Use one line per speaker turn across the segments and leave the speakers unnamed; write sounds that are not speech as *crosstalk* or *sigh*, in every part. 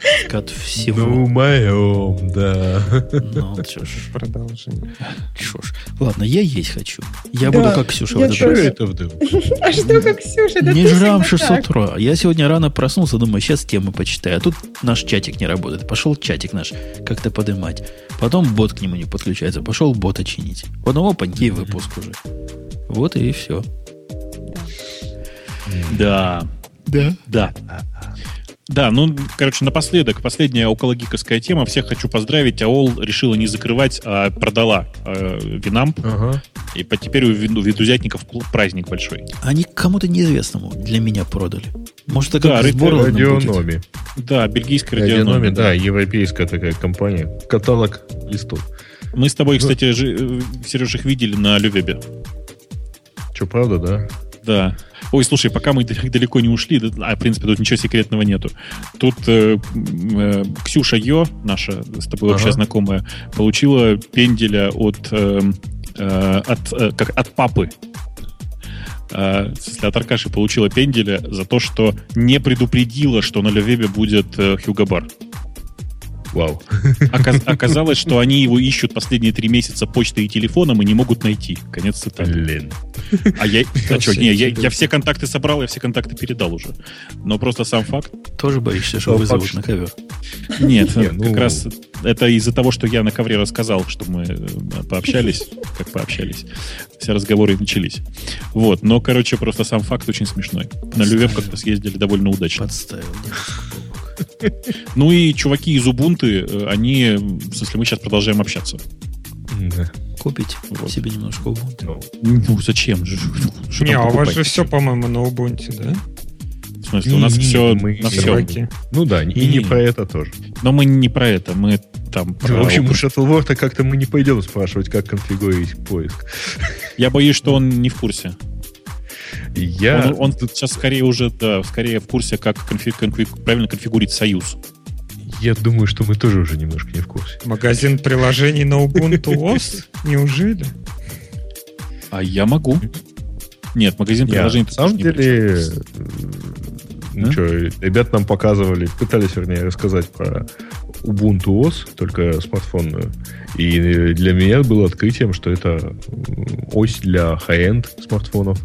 привычка от всего.
Ну, моем, да.
Ну, чё ж,
Продолжение.
чё ж. Ладно, я есть хочу. Я
Да,
буду как Ксюша в
Я
этот
чё
раз.
это вдруг?
А что, как Ксюша? Да
Не
ты
жрам
всегда
6
так.
утра. Я сегодня рано проснулся, думаю, сейчас темы почитаю. А тут наш чатик не работает. Пошел чатик наш как-то подымать. Потом бот к нему не подключается. Пошел бота чинить. Потом опаньки и выпуск уже. Вот и все.
Да.
Да.
Да. Да, ну, короче, напоследок, последняя окологиковская тема. Всех хочу поздравить. АОЛ решила не закрывать, а продала э, Винамп.
Ага.
И по- теперь у вин- у видузятников пл- праздник большой.
Они кому-то неизвестному для меня продали. Может, это
Да,
как
Рыцарь
с Борланом будет.
Радиономи.
Да, бельгийская
Радиономи,
радиономия.
да, европейская такая компания. Каталог листов.
Мы с тобой,
Ну.
кстати, же, э, Сереж, их видели на Любебе.
Че, правда, да?
Да. Ой, слушай, пока мы так далеко не ушли, да, а, в принципе, тут ничего секретного нету. Тут э, м, э, Ксюша Йо, наша с тобой
Ага.
общая знакомая, получила пенделя от, э, э, от, э, как, от папы. Э, в смысле, от Аркаши получила пенделя за то, что не предупредила, что на Левебе будет э, Хьюго Бар.
Вау.
Оказ- оказалось, что они его ищут последние три месяца почтой и телефоном и не могут найти. Конец цитаты.
Блин.
А я, а чё, не, я,
Всё.
я все контакты собрал, я все контакты передал уже. Но просто сам факт.
Тоже боишься, что
Ну,
вызовут
факт,
на ковер.
Нет,
Не,
как
ну-
раз это из-за того, что я на ковре рассказал, что мы э, пообщались, как пообщались. Все разговоры и начались. Вот, но, короче, просто сам факт очень смешной. На Лювев как-то съездили довольно удачно.
Подставил.
Ну и чуваки из Убунты, э, они, э, в смысле, мы сейчас продолжаем общаться.
Да.
Купить себе немножко Ubuntu.
Ну,
Ну, зачем же? Что там
Не, а у вас
покупать?
же все, по-моему, на Ubuntu, да?
В смысле, у нас
Не,
все
мы-
на
Всё.
все.
Серваки.
Ну да, и
Не.
не про это тоже.
Но мы не про это, мы там про
В общем, у Shuttleworth как-то мы не пойдем спрашивать, как конфигурить поиск.
Я боюсь, что он не в курсе.
И Я...
Он, он сейчас скорее уже, да, скорее в курсе, как конфи- конфи- правильно конфигурить союз.
Я думаю, что мы тоже уже немножко не в курсе.
Магазин приложений на Ubuntu OS? Неужели?
А я могу. Нет, магазин
Я,
приложений...
на
ты
самом
тоже не
деле,
будешь.
э, ну
А?
чё, ребят нам показывали, пытались, вернее, рассказать про Ubuntu OS, только смартфонную. И для меня было открытием, что это м, ось для high-end смартфонов,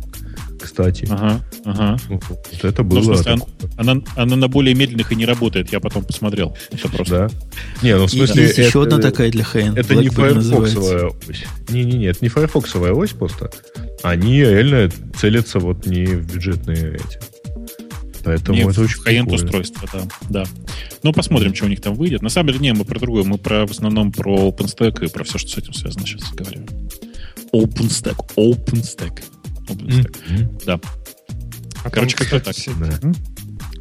кстати.
Ага, ага.
Ну, вот это
А. Ну,
было...
в смысле,
так-
он- она, она на более медленных и не работает, я потом посмотрел. Это просто.
Да. Не, ну в
И
смысле...
есть еще
это-
одна такая для Хэйн.
Это не Firefox'овая ось. Не-не-не, это не Firefox'овая ось просто. Они реально целятся вот не в бюджетные эти. Поэтому
Не
это
в
очень
high-end
прикольно.
устройство, да, да. Ну, посмотрим, что у них там выйдет. На самом деле, не, мы про другое. Мы про, в основном про OpenStack и про все, что с этим связано сейчас говорим. OpenStack, OpenStack. OpenStack.
М,
А
Короче,
там,
как-то
кстати,
так.
все-
да.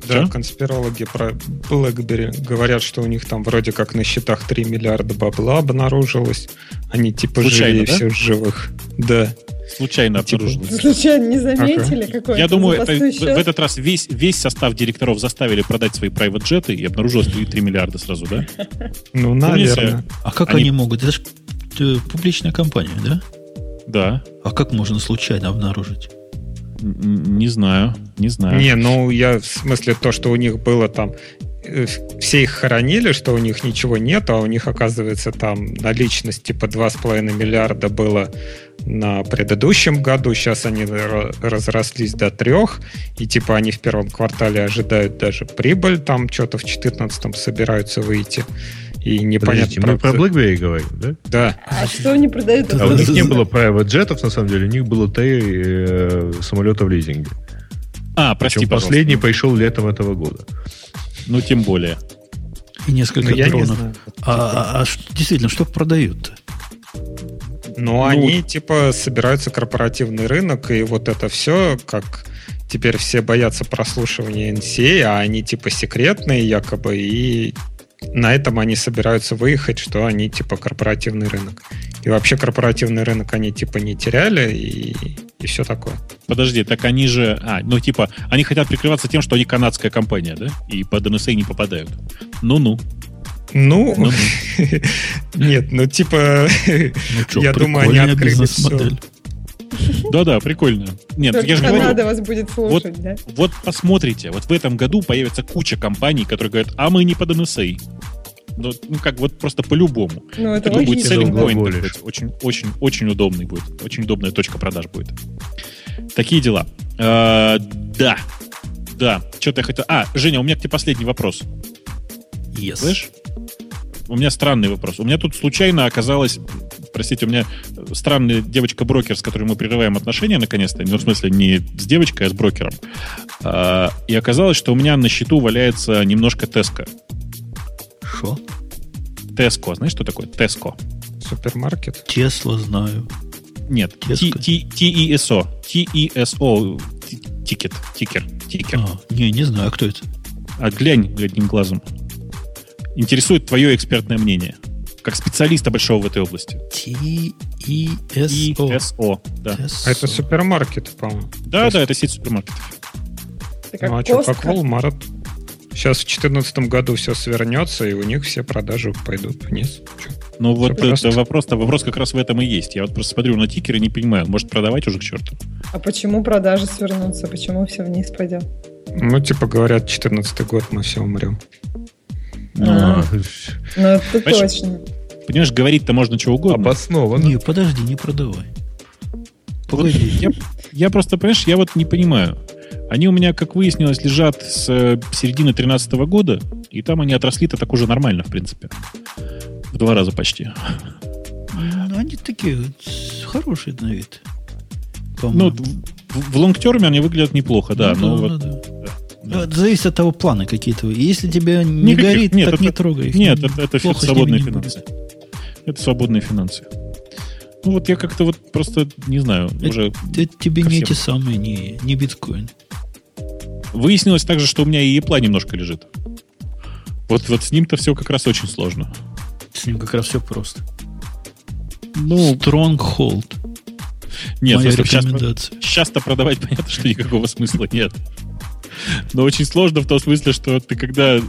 Да,
Чё?
конспирологи про BlackBerry говорят, что у них там вроде как на счетах 3 миллиарда бабла обнаружилось. Они типа
Случайно,
живее
да?
всех живых. Да.
Случайно
Типа,
обнаружилось.
Случайно а не заметили какой-то
Я думаю, это,
запасной
в
счет?
в этот раз весь, весь состав директоров заставили продать свои прайват-джеты и обнаружилось 3, миллиарда сразу, да?
Ну,
Помните?
наверное.
А как
Они-
они могут? Это же публичная компания, да?
Да.
А как можно случайно обнаружить?
Н- н- Не знаю, не
Э.
знаю.
Не, ну я в смысле то, что у них было там э, все их хоронили, что у них ничего нет, а у них, оказывается, там наличность типа 2,5 миллиарда было на предыдущем году, сейчас они ра- разрослись до трех, и типа они в первом квартале ожидают даже прибыль, там что-то в 14 собираются выйти, и непонятно...
Подождите, мы про
правда-
BlackBerry говорим, да?
Да,
А что они продают?
Да,
А у них не
да.
было private джетов, на самом деле, у них было три э, самолета в лизинге.
А, прости,
Причем
пожалуйста.
последний пришел летом этого года.
Ну, тем более.
И несколько
но Ну, я не
дронов.
знаю.
А, а- а ш- действительно, что продают-то?
Но они типа собираются корпоративный рынок, и вот это все, как теперь все боятся прослушивания NCA, а они типа секретные якобы, и на этом они собираются выехать, что они типа корпоративный рынок. И вообще корпоративный рынок они типа не теряли, и, и все такое.
Подожди, так они же... А, ну, типа, они хотят прикрываться тем, что они канадская компания, да? И под НСА не попадают. Ну-ну.
Ну,
ну-ну.
*laughs* нет, ну типа
Ну, чё,
Я думаю, они
Ну прикольная
открыли
бизнес-модель.
Да-да, прикольно. Нет,
Только
я же говорю,
Канада вас будет слушать, да?
вот посмотрите, вот в этом году появится куча компаний, которые говорят, а мы не под NSA. Ну, ну, как вот просто по-любому.
Ну, это
Это
очень
будет selling
удобно.
удобно.
point такой,
Глаголишь.
Очень, очень, очень удобный будет. Очень удобная точка продаж будет. Такие дела. Э, да. Да. Что-то я хотел... А, Женя, у меня к тебе последний вопрос.
Yes.
Слышь? У меня странный вопрос. У меня тут случайно оказалось... Простите, у меня странная девочка-брокер, с которой мы прерываем отношения, наконец-то. Ну, в смысле, не с девочкой, а с брокером. А, И оказалось, что у меня на счету валяется немножко Теско.
Шо?
Теско. Знаешь, что такое? Теско.
*laughs* Супермаркет.
Тесла знаю.
Нет,
Tesco.
T-E-S-O. E T-E-S-O. Тикет. Тикер. Тикер.
А, не, не знаю, кто это.
А глянь одним глазом. Интересует твое экспертное мнение. Как специалиста большого в этой области.
T-E-S-O.
T-E-S-O. Да.
Тесо.
А это супермаркет, по-моему.
Да, да, это сеть супермаркетов.
Это
Ну, а
как
что, как
Костка.
Walmart? Сейчас в 2014 году все свернется, и у них все продажи пойдут вниз. Чё?
Ну вот
просто.
это вопрос-то, вопрос как раз в этом и есть. Я вот просто смотрю на тикер и не понимаю, может продавать уже к черту.
А почему продажи свернутся? Почему все вниз пойдет?
Ну, типа говорят, 2014 год мы все умрем.
А. Ну, это
Знаешь,
точно.
Ну, Понимаешь, говорить-то можно чего
А
угодно.
Обоснованно.
Не, подожди, не продавай. Погоди.
Я, я просто, понимаешь, я вот не понимаю. Они у меня, как выяснилось, лежат с э, середины 2013 года, и там они отросли-то так уже нормально, в принципе. В два раза почти.
Ну, Они такие вот с- хорошие на вид.
Ну,
По-моему.
в, в лонгтерме они выглядят неплохо, типа, да. но вот,
Ну да, да.
да.
Ну, это Зависит от того плана какие-то. Если тебе не
Никаких.
горит,
Нет,
так
это-
не трогай их.
Нет,
Не-
это,
плохо
это
с ними
свободные
не будет.
финансы. Это свободные финансы. Ну вот я как-то вот просто не знаю.
Э,
Уже
Это тебе
ко
не
всем.
эти самые, не, не биткоин.
выяснилось также, что у меня и Apple немножко лежит. Вот, вот с ним-то все как раз очень сложно.
С ним как раз все просто.
Ну,
Stronghold.
нет,
моя
если бы сейчас,
рекомендация.
Сейчас-то продавать *laughs* понятно, что никакого смысла нет. Но очень сложно в том смысле, что ты когда... э,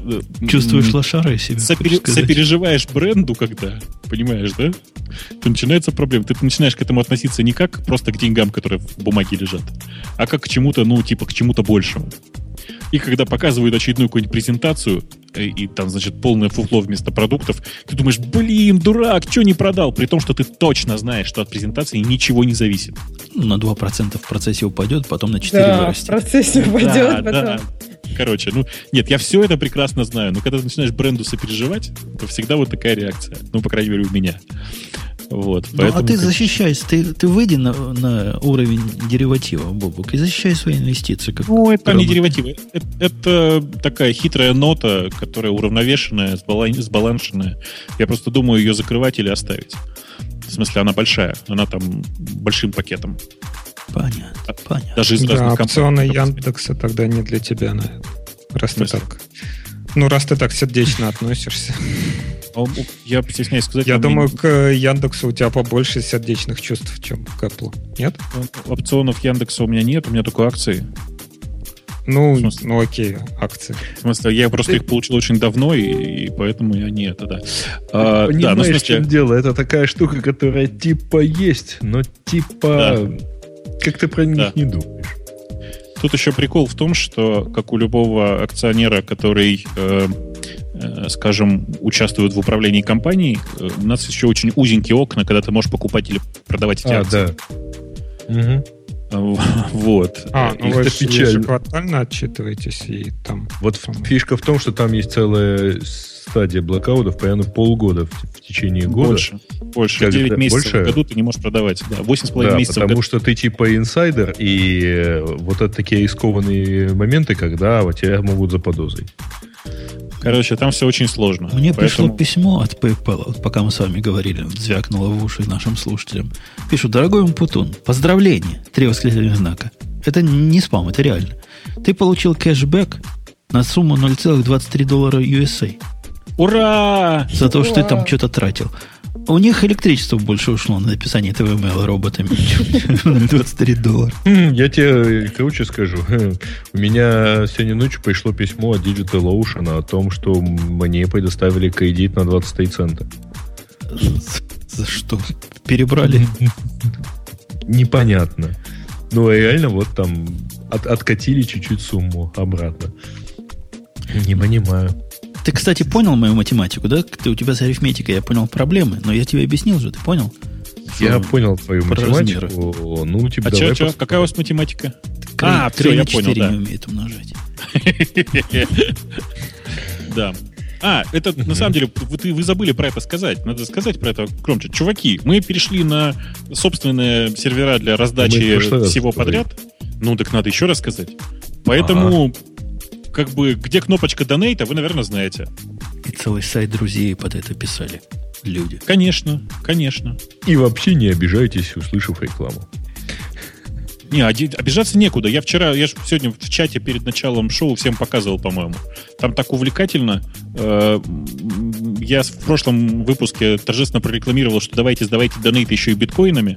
Чувствуешь
м,
лошара и себя.
сопере-
хочешь сказать?
сопереживаешь бренду, когда, понимаешь, да? То начинается проблема. Ты начинаешь к этому относиться не как просто к деньгам, которые в бумаге лежат, а как к чему-то, ну, типа, к чему-то большему. И когда показывают очередную какую-нибудь презентацию, э, и, там, значит, полное фуфло вместо продуктов, ты думаешь, блин, дурак, что не продал? При том, что ты точно знаешь, что от презентации ничего не зависит.
На 2% в процессе упадет, потом на 4%
Да, в
вырастет.
процессе упадет
Да, да.
потом.
Короче, ну, нет, я все это прекрасно знаю, но когда ты начинаешь бренду сопереживать, то всегда вот такая реакция. Ну, по крайней мере, у меня. Вот,
Ну,
поэтому...
а ты защищайся, ты, ты выйди на, на уровень дериватива, Бобок, и защищай свои инвестиции. Как
Ну, это там не
Работает.
деривативы. Это, это такая хитрая нота, которая уравновешенная, сбалан- сбаланшенная. Я просто думаю ее закрывать или оставить. В смысле, она большая. Она там большим пакетом. А
понятно, понятно.
Даже из
Да,
разных
опционы
компаний.
Яндекса тогда не для тебя, наверное. Раз ты
смысле?
так... Ну, раз ты так сердечно *laughs* относишься.
А у- Я стесняюсь сказать.
Я
у меня
думаю, к Яндексу у тебя побольше сердечных чувств, чем к Apple. Нет?
э, опционов Яндекса у меня нет, у меня только акции.
Ну,
В смысле?
ну окей, акции.
В смысле, я просто их получил очень давно, и, и поэтому я не это, да. А,
Понимаешь,
да, ну, в
в чем
смысле,
дело? Это такая штука, которая типа есть, но типа... Как ты про них
Да.
не думаешь?
тут еще прикол в том, что, как у любого акционера, который, э, э, скажем, участвует в управлении компанией, э, у нас еще очень узенькие окна, когда ты можешь покупать или продавать эти
А,
акции.
да. Мгм.
Э, *laughs* Вот.
А,
Э,
ну
их
вы
это
же- вы же
печально.
квартально отчитываетесь и там...
Вот в- фишка в том, что там есть целая стадия блокаутов, примерно полгода в, в течение года.
Больше. Больше.
Как
9
это?
месяцев
Больше?
в году ты не можешь продавать. Да, 8,5
Да,
месяцев в
потому
году.
что ты типа инсайдер, и э, вот это такие рискованные моменты, когда вот тебя могут заподозрить.
Короче, там все очень сложно.
Мне пришло
Поэтому-
письмо от PayPal, вот пока мы с вами говорили, звякнуло в уши нашим слушателям. Пишу, дорогой Умпутун, поздравление, три восклицательных знака. Это не спам, это реально. Ты получил кэшбэк на сумму 0,23 доллара USA
Ура! А
за то, что ты там
Вау.
что-то тратил. У них электричество больше ушло на написание этого имейла роботами, чем 23 доллара.
Хм, Я тебе круче скажу. *laughs* У меня сегодня ночью пришло письмо от Digital Ocean о том, что мне предоставили кредит на
*laughs*
23 цента.
За что? Перебрали?
непонятно. Ну, реально, вот там от- откатили чуть-чуть сумму обратно. Не понимаю.
Ты, кстати, понял мою математику, да? Ты, у тебя с арифметикой я понял проблемы, но я тебе объяснил же, ты понял?
Я
Что
понял твою
про
математику. Ну, типа,
А
давай
чё, чё,
пос-
какая у вас математика?
крей-
а, все,
крей
я
на
понял,
4
да.
не умеет умножать.
Да. А, это на самом деле, вы, ты- вы забыли про это сказать. Надо сказать про это громче. Чуваки, мы перешли на собственные сервера для
Мы в
раздачи
прошлый раз
всего
говорили.
подряд. Ну, так надо еще раз сказать. Поэтому, как бы, где кнопочка донейта, вы, наверное, знаете.
И целый сайт друзей под это писали люди.
Конечно, конечно.
И вообще не обижайтесь, услышав рекламу.
Не, оди- обижаться некуда. Я вчера, я же сегодня в чате перед началом шоу всем показывал, по-моему. Там так увлекательно. Э, м, Я с- в прошлом выпуске торжественно прорекламировал, что давайте сдавайте донейты еще и биткоинами.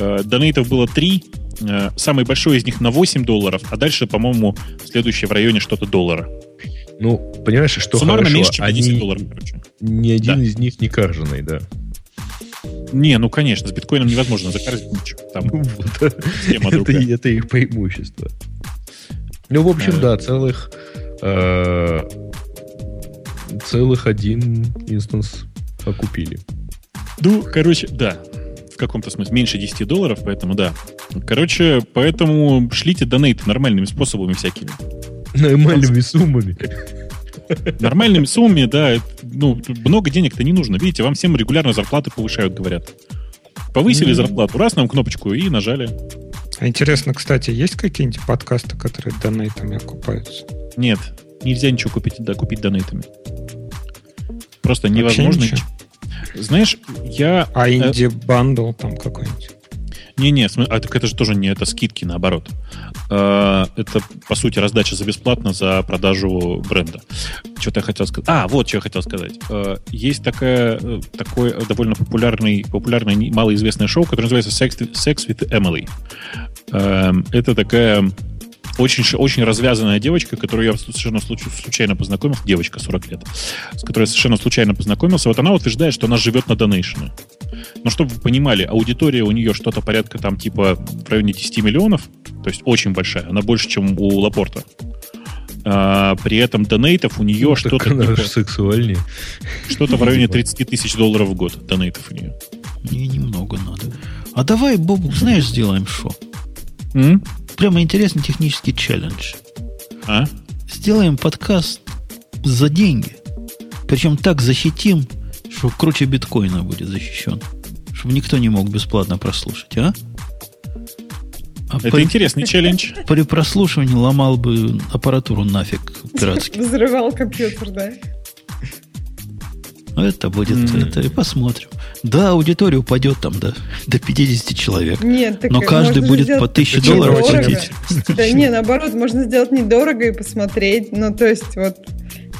Э, Донейтов было три. Э, Самый большой из них на 8 долларов, а дальше, по-моему, следующее в районе что-то доллара.
Ну, понимаешь, что
Суммарно
хорошо,
меньше, чем 50
они-
долларов, короче.
ни один
Да.
из них не карженный, да.
Не, ну конечно, с биткоином невозможно закарзить ничего. Там
Ну, вот. *laughs*
схема
это,
другая.
и- это их преимущество. Ну, в общем,
Э.
да, целых э, целых один инстанс окупили.
Ну, короче, да. В каком-то смысле. Меньше 10 долларов, поэтому да. Короче, поэтому шлите донейты нормальными способами всякими.
Нормальными суммами.
Нормальными суммами, да. это, Ну, тут много денег-то не нужно. Видите, вам всем регулярно зарплаты повышают, говорят. Повысили
М.
зарплату, раз нам кнопочку и нажали.
А Интересно, кстати, есть какие-нибудь подкасты, которые донейтами окупаются?
Нет, нельзя ничего купить, да, купить донейтами. Просто
Вообще
невозможно.
ничего.
ничего. Знаешь, я...
А инди-бандл там какой-нибудь?
Не-не, см- а, так это же тоже не это скидки, наоборот. Э, Это, по сути, раздача за бесплатно за продажу бренда. Что-то я хотел сказать. А, вот что я хотел сказать. Э, Есть такая, э, такой довольно популярный, популярное не- малоизвестное шоу, которое называется «Sex, Sex with Emily». Э, Это такая очень, ш- очень развязанная девочка, которую я совершенно случ- случайно познакомился, девочка 40 лет, с которой я совершенно случайно познакомился, вот она утверждает, что она живет на донейшены. Но чтобы вы понимали, аудитория у нее что-то порядка там типа в районе 10 миллионов, то есть очень большая, она больше, чем у Лапорта. А, при этом донейтов у нее
Ну, так
что-то
она
типа-
же сексуальнее.
что-то в районе
видимо.
30 тысяч долларов в год донейтов у нее.
Мне немного надо. А давай, Бобук, знаешь, сделаем шо?
М?
Прямо интересный технический челлендж.
А?
Сделаем подкаст за деньги. Причем так защитим, что круче биткоина будет защищен. Чтобы никто не мог бесплатно прослушать, а? А
Это
при,
интересный челлендж.
при прослушивании ломал бы аппаратуру нафиг пиратски.
Взрывал компьютер, да?
Ну, Это будет,
М.
это и посмотрим. Да, аудитория упадет там до, до 50 человек.
Нет, так э,
Но каждый
можно же
будет
сделать
по 1000
очень
долларов
дорого.
платить.
Да Э, не, наоборот, можно сделать недорого и посмотреть. Ну, то есть, вот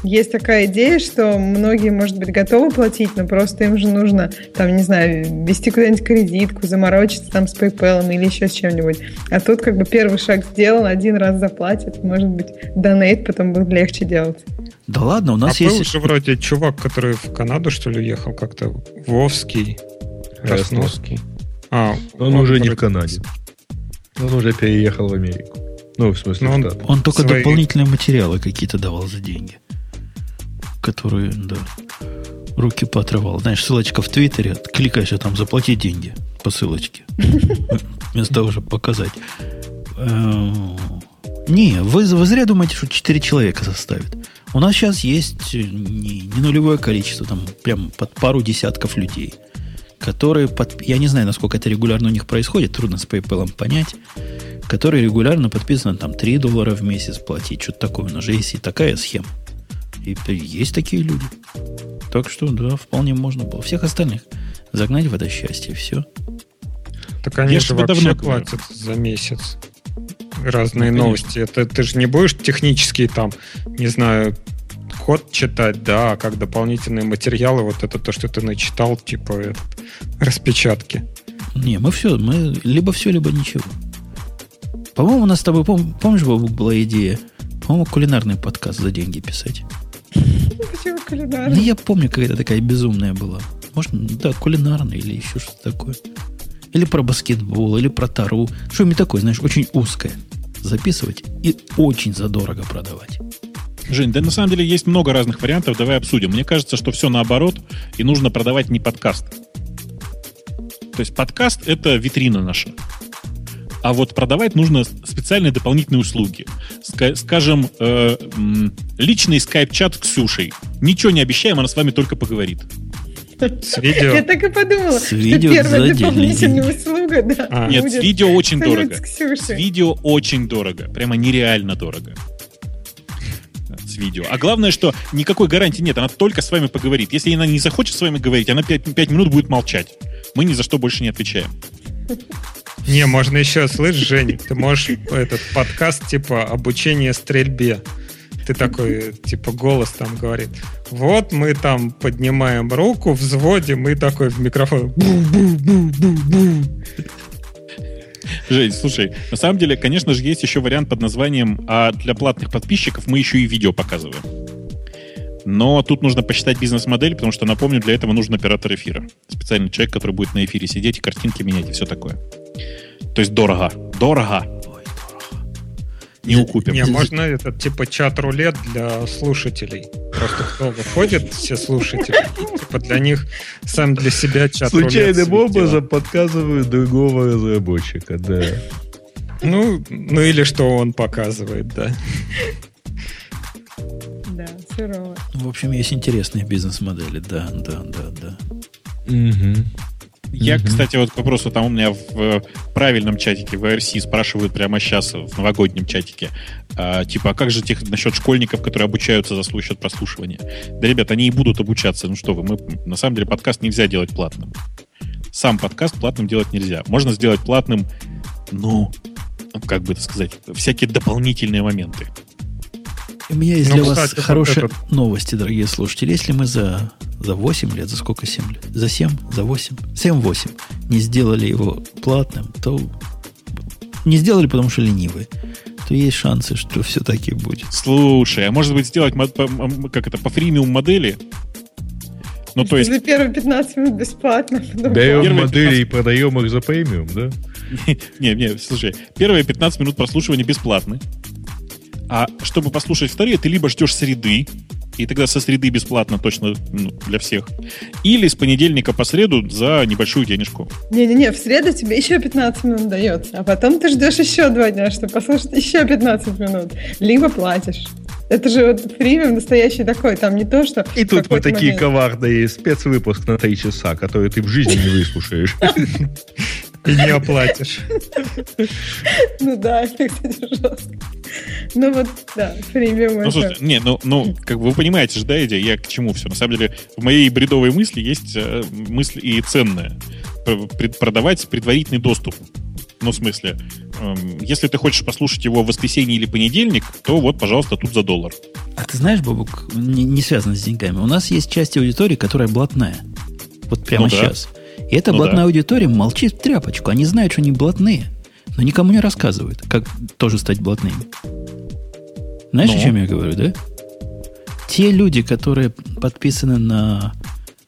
есть такая идея, что многие, может быть, готовы платить, но просто им же нужно, там, не знаю, вести куда-нибудь кредитку, заморочиться там с PayPal или еще с чем-нибудь. А тут как бы первый шаг сделан, один раз заплатят, может быть, донейт потом будет легче делать.
Да ладно, у
А
нас
был
есть...
же вроде чувак, который в Канаду, что ли, уехал как-то, Вовский, Красновский. А,
Он уже не в
вроде-
Канаде. Он уже переехал в Америку. Ну, в смысле,
Ну, он-
в Штаты.
Он только
свои-
дополнительные материалы какие-то давал за деньги. Которые, да, руки поотрывал. Знаешь, ссылочка в Твиттере, кликаешь, а там заплати деньги по ссылочке. Вместо того, чтобы показать. Эм, Не, вы, вы зря думаете, что 4 человека составит. У нас сейчас есть э, не, не нулевое количество, там прям под пару десятков людей, которые, под, я не знаю, насколько это регулярно у них происходит, трудно с PayPal понять, которые регулярно подписаны там 3 доллара в месяц платить, что-то такое. У нас же есть и такая схема. И п- есть такие люди. Так что, да, вполне можно было. Всех остальных загнать в это счастье, все.
Так они
Я
же
тебе
вообще
давно говорю.
платят за месяц. Разные
Ну, конечно.
новости. Это ты же не будешь технический там, не знаю, код читать, да, а как дополнительные материалы, вот это то, что ты начитал, типа этот, распечатки.
Не, мы все, мы либо все, либо ничего. По-моему, у нас с тобой, пом- помнишь, Бобук, была идея, по-моему, кулинарный подкаст за деньги писать.
Почему
Ну,
кулинарный?
я помню, какая-то такая безумная была. Может, да, кулинарная или еще что-то такое. или про баскетбол, или про тару. Что-нибудь такое, знаешь, очень узкое записывать и очень задорого продавать.
Жень, да на самом деле есть много разных вариантов, давай обсудим. Мне кажется, что все наоборот, и нужно продавать не подкаст. То есть подкаст — это витрина наша. А вот продавать нужно специальные дополнительные услуги. Ска- Скажем, э, м, личный скайп-чат с Ксюшей. Ничего не обещаем, она с вами только поговорит.
С видео.
Я так и подумала,
С
что
видео за
первая
отдельные
дополнительная
деньги.
услуга, да,
А.
Нет, с
будет
видео очень
салют
дорого.
с
С
Ксюшей.
видео очень дорого. Прямо нереально дорого. С видео. А главное, что никакой гарантии нет. Она только с вами поговорит. Если она не захочет с вами говорить, она 5, минут будет молчать. Мы ни за что больше не отвечаем.
Не, можно еще, слышь, Жень, ты можешь этот подкаст типа обучение стрельбе. Ты такой, типа, голос там говорит. Вот мы там поднимаем руку, взводим, и такой в микрофон. бу-бу-бу-бу-бу.
*laughs* Жень, слушай, на самом деле, конечно же, есть еще вариант под названием «А для платных подписчиков мы еще и видео показываем». Но тут нужно посчитать бизнес-модель, потому что, напомню, для этого нужен оператор эфира. Специальный человек, который будет на эфире сидеть и картинки менять, и все такое. То есть дорого. Дорого.
Ой, дорого.
Не укупим.
Не, можно этот, типа, чат-рулет для слушателей. Просто кто выходит, все слушатели, и, типа, для них сам для себя чат-рулет.
Случайным
светила.
образом подказывают другого разработчика, да.
Ну, ну или что он показывает, да.
Да, сурово.
Ну, В общем, есть интересные бизнес-модели. Да, да, да, да.
Я,
Мгм.
кстати, вот к вопросу, там у меня в э, правильном чатике в IRC спрашивают прямо сейчас, в новогоднем чатике, а, типа, а как же тех насчет школьников, которые обучаются за свой счет прослушивания? Да, ребят, они и будут обучаться. Ну что вы, мы, на самом деле подкаст нельзя делать платным. Сам подкаст платным делать нельзя. Можно сделать платным, ну, как бы это сказать, всякие дополнительные моменты.
У меня есть
Ну,
для
кстати,
вас
вот
хорошие
этот-
новости, дорогие слушатели. Если мы за, за 8 лет, за сколько 7 лет? За 7? За 8? 7-8 не сделали его платным, то не сделали, потому что ленивые, то есть шансы, что все-таки будет.
Слушай, а может быть сделать, мод- по- м- как это, по фримиум модели? Ну, то есть
За первые 15 минут бесплатно. потом
Даем
Первый
модели и продаем их за премиум, да?
Не, не, слушай, первые 15 минут прослушивания бесплатны. А чтобы послушать вторые, ты либо ждешь среды, и тогда со среды бесплатно точно ну, для всех, или с понедельника по среду за небольшую денежку.
Не-не-не, в среду тебе еще 15 минут дается, а потом ты ждешь еще два дня, чтобы послушать еще 15 минут. Либо платишь. Это же вот премиум настоящий такой, там не то, что...
И
в
тут мы
какой-то
такие
момент.
коварные спецвыпуск на 3 часа, который ты в жизни не выслушаешь.
И не оплатишь.
Ну да, *laughs* это, кстати, жестко. Ну вот, да, премиум
Ну,
это-
слушай, не, ну, ну, как бы вы понимаете же, да, идея, я к чему все. На самом деле, в моей бредовой мысли есть э, мысль и ценная. Пр- пред- Продавать предварительный доступ. Ну, в смысле, эм, если ты хочешь послушать его в воскресенье или понедельник, то вот, пожалуйста, тут за доллар.
А ты знаешь, Бабук, не, не связано с деньгами. У нас есть часть аудитории, которая блатная. Вот прямо
Ну да.
сейчас. И эта
Ну
блатная
да.
аудитория молчит в тряпочку. Они знают, что они блатные, но никому не рассказывают, как тоже стать блатными. Знаешь,
Ну?
о чем я говорю, да? Те люди, которые подписаны на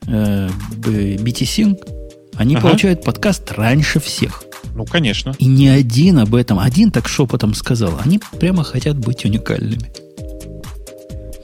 э, б- BTSync, они
Ага.
получают подкаст раньше всех.
Ну, конечно.
И не один об этом, один так шепотом сказал. Они прямо хотят быть уникальными.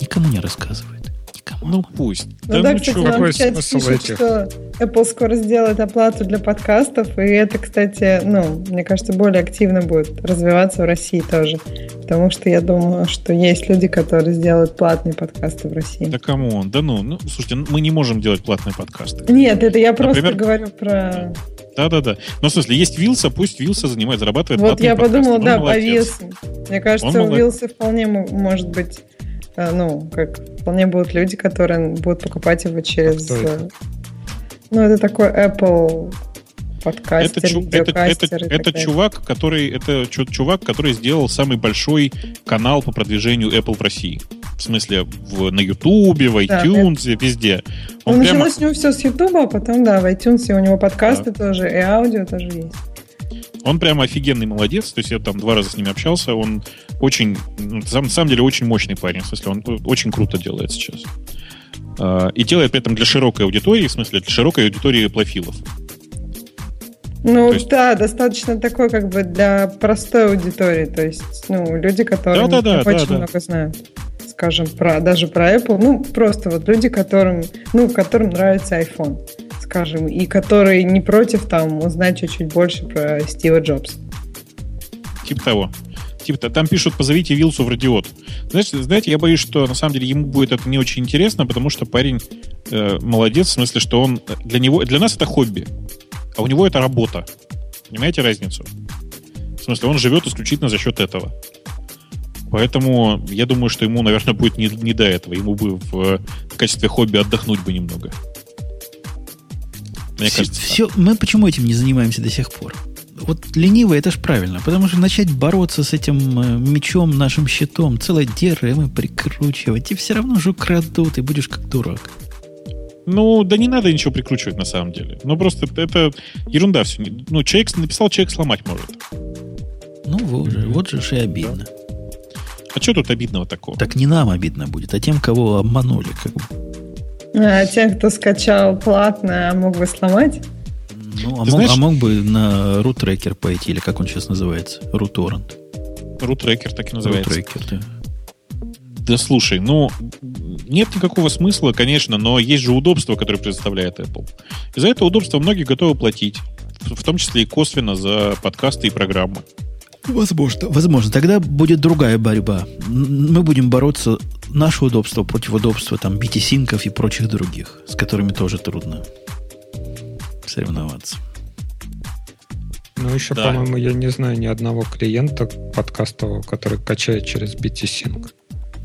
Никому не рассказывают. Никому.
Ну пусть.
Ну да,
ну
кстати,
чё,
нам
какой-
в чате
смысл
пишут,
этих?
что Apple скоро сделает оплату для подкастов, и это, кстати, ну, мне кажется, более активно будет развиваться в России тоже. Потому что я думаю, что есть люди, которые сделают платные подкасты в России.
Да кому он? Да ну, ну, слушайте, ну, мы не можем делать платные подкасты.
Нет, это я просто
Например?
говорю про...
Да-да-да. Но в смысле, есть Вилса, пусть Вилса занимает, зарабатывает
вот
платные
я
подкасты.
подумала,
Он
да,
Ну, молодец.
по весу. Мне кажется,
Он
у
молодец.
Вилса вполне мо- может быть, э, ну, как вполне будут люди, которые будут покупать его через...
кто это?
э, Ну, это такой Apple подкастер,
Это, чу- это- это-
видеокастер и
это
так далее.
чувак, который, это чу- чувак, который сделал самый большой канал по продвижению Apple в России. В смысле, в- на Ютубе, в
Да,
iTunes, везде.
Ну,
Он прямо
Началось у него все с Ютуба, а потом, да, в iTunes и у него подкасты тоже, и аудио тоже есть.
Он прямо офигенный молодец. То есть я там два раза с ним общался. Он очень, ну, сам- на самом деле, очень мощный парень. В смысле, он очень круто делает сейчас. А, И делает при этом для широкой аудитории, в смысле, для широкой аудитории плофилов.
Ну
То есть-
да, достаточно такой как бы для простой аудитории, то есть ну люди, которые
Да-да-да,
не очень
да-да.
много знают, скажем, про даже про Apple, ну просто вот люди, которым ну которым нравится iPhone, скажем, и которые не против там узнать чуть-чуть больше про Стива Джобса.
Типа того. Типа то- там пишут, позовите Вилсу в радиот. Знаешь, знаете, я боюсь, что на самом деле ему будет это не очень интересно, потому что парень э, молодец, в смысле, что он э, для него, для нас это хобби, а у него это работа. Понимаете разницу? В смысле, он живет исключительно за счет этого. Поэтому я думаю, что ему, наверное, будет не, не до этого. Ему бы в, э, в качестве хобби отдохнуть бы немного. Мне
Все-
кажется,
все- мы почему этим не занимаемся до сих пор? Вот ленивый, это ж правильно. Потому что начать бороться с этим э, мечом, нашим щитом, целое DRM прикручивать, и все равно же крадут, и будешь как дурак.
Ну, да не надо ничего прикручивать на самом деле. Ну, просто это ерунда все. Ну, человек написал, человек сломать может.
Ну вот же,
Мгм.
вот же ж и обидно.
А что тут обидного такого?
Так не нам обидно будет, а тем, кого обманули. Как... бы.
А тем, кто скачал платно, а мог бы сломать,
Ну, а, мог,
Ты знаешь-
а мог бы на рутрекер пойти, или как он сейчас называется? Руторрент.
Рутрекер так и называется.
Рутрекер, да.
Да слушай, ну, нет никакого смысла, конечно, но есть же удобство, которое предоставляет Apple. И за это удобство многие готовы платить. В том числе и косвенно за подкасты и программы.
Возможно. Возможно. Тогда будет другая борьба. М, Мы будем бороться наше удобство против удобства там битисинков и прочих других, с которыми тоже трудно соревноваться.
Ну, еще,
Да.
по-моему, я не знаю ни одного клиента подкастового, который качает через BT-Sync.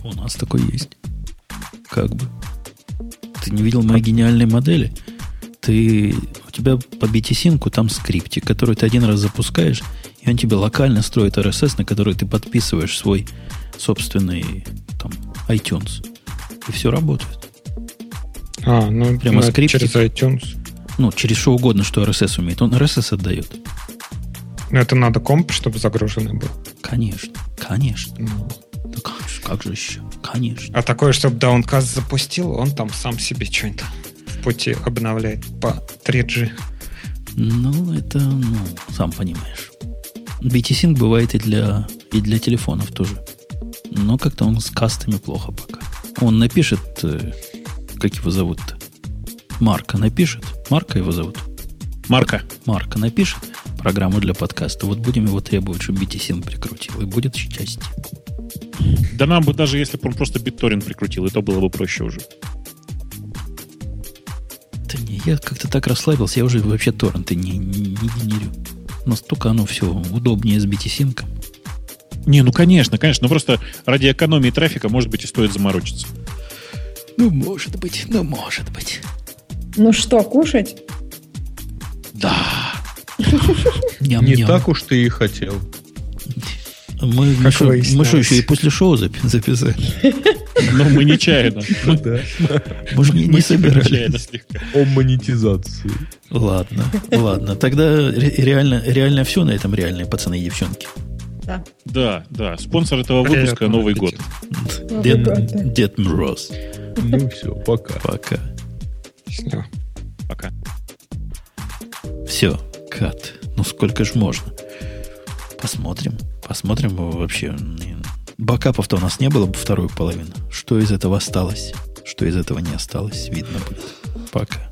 У нас такой есть. Как бы. Ты не видел моей гениальной модели? Ты, у тебя по битисинку там скриптик, который ты один раз запускаешь, и он тебе локально строит RSS, на который ты подписываешь свой собственный там, iTunes. И все работает.
А, ну,
Прямо
ну, это
скриптик.
через iTunes.
Ну, через что угодно, что RSS умеет. Он RSS отдает.
Ну, это надо комп, чтобы загруженный был.
Конечно, конечно.
Ну.
Да как, же- как же еще? Конечно.
А такое, чтобы Downcast запустил, он там сам себе что-нибудь в пути обновляет по 3G.
Ну, это, ну, сам понимаешь. BTSync бывает и для, и для телефонов тоже. Но как-то он с кастами плохо пока. Он напишет, э, как его зовут-то? Марка напишет. Марка его зовут.
Марка,
Марка напишет программу для подкаста. Вот будем его требовать, чтобы BTSync прикрутил. И будет счастье.
да нам бы даже если бы он просто битторин прикрутил, и то было бы проще уже.
Да не, я как-то так расслабился, я уже вообще торренты не, не, не генерю. Настолько оно все удобнее с BTSync.
Не, ну конечно, конечно. Но просто ради экономии трафика, может быть, и стоит заморочиться.
Ну, может быть, ну, может быть.
ну что, кушать?
Да. Ням,
Не так уж ты и хотел.
Мы
Как
шо- мы
выяснилось.
что, еще и после шоу запи- записали?
Но мы нечаянно.
Да.
Мы же не, не
Мы
собирались.
нечаянно слегка.
О монетизации.
Ладно, ладно. Тогда ре- реально, реально все на этом реальные пацаны и девчонки.
Да, да. Спонсор этого
Привет,
выпуска Новый год.
Дед,
год, да.
Дед Мороз.
Ну все, пока.
Пока.
Счастливо.
Пока.
Все, кат. Ну сколько ж можно? Посмотрим. Посмотрим э, вообще. Бакапов-то у нас не было бы вторую половину. Что из этого осталось? Что из этого не осталось, видно будет. Пока.